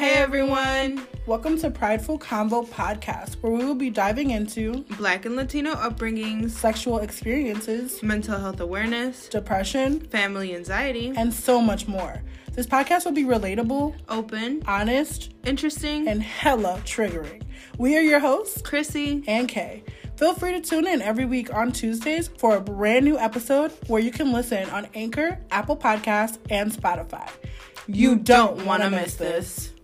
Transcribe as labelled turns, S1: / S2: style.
S1: everyone.
S2: Welcome to Prideful Convo Podcast, where we will be diving into
S1: Black and Latino upbringings,
S2: sexual experiences,
S1: mental health awareness,
S2: depression,
S1: family anxiety,
S2: and so much more. This podcast will be relatable,
S1: open,
S2: honest,
S1: interesting,
S2: and hella triggering. We are your hosts,
S1: Chrissy.
S2: and Kay. Feel free to tune in every week on Tuesdays for a brand new episode where you can listen on Anchor, Apple Podcasts, and Spotify. You,
S1: wanna
S2: wanna
S1: miss this.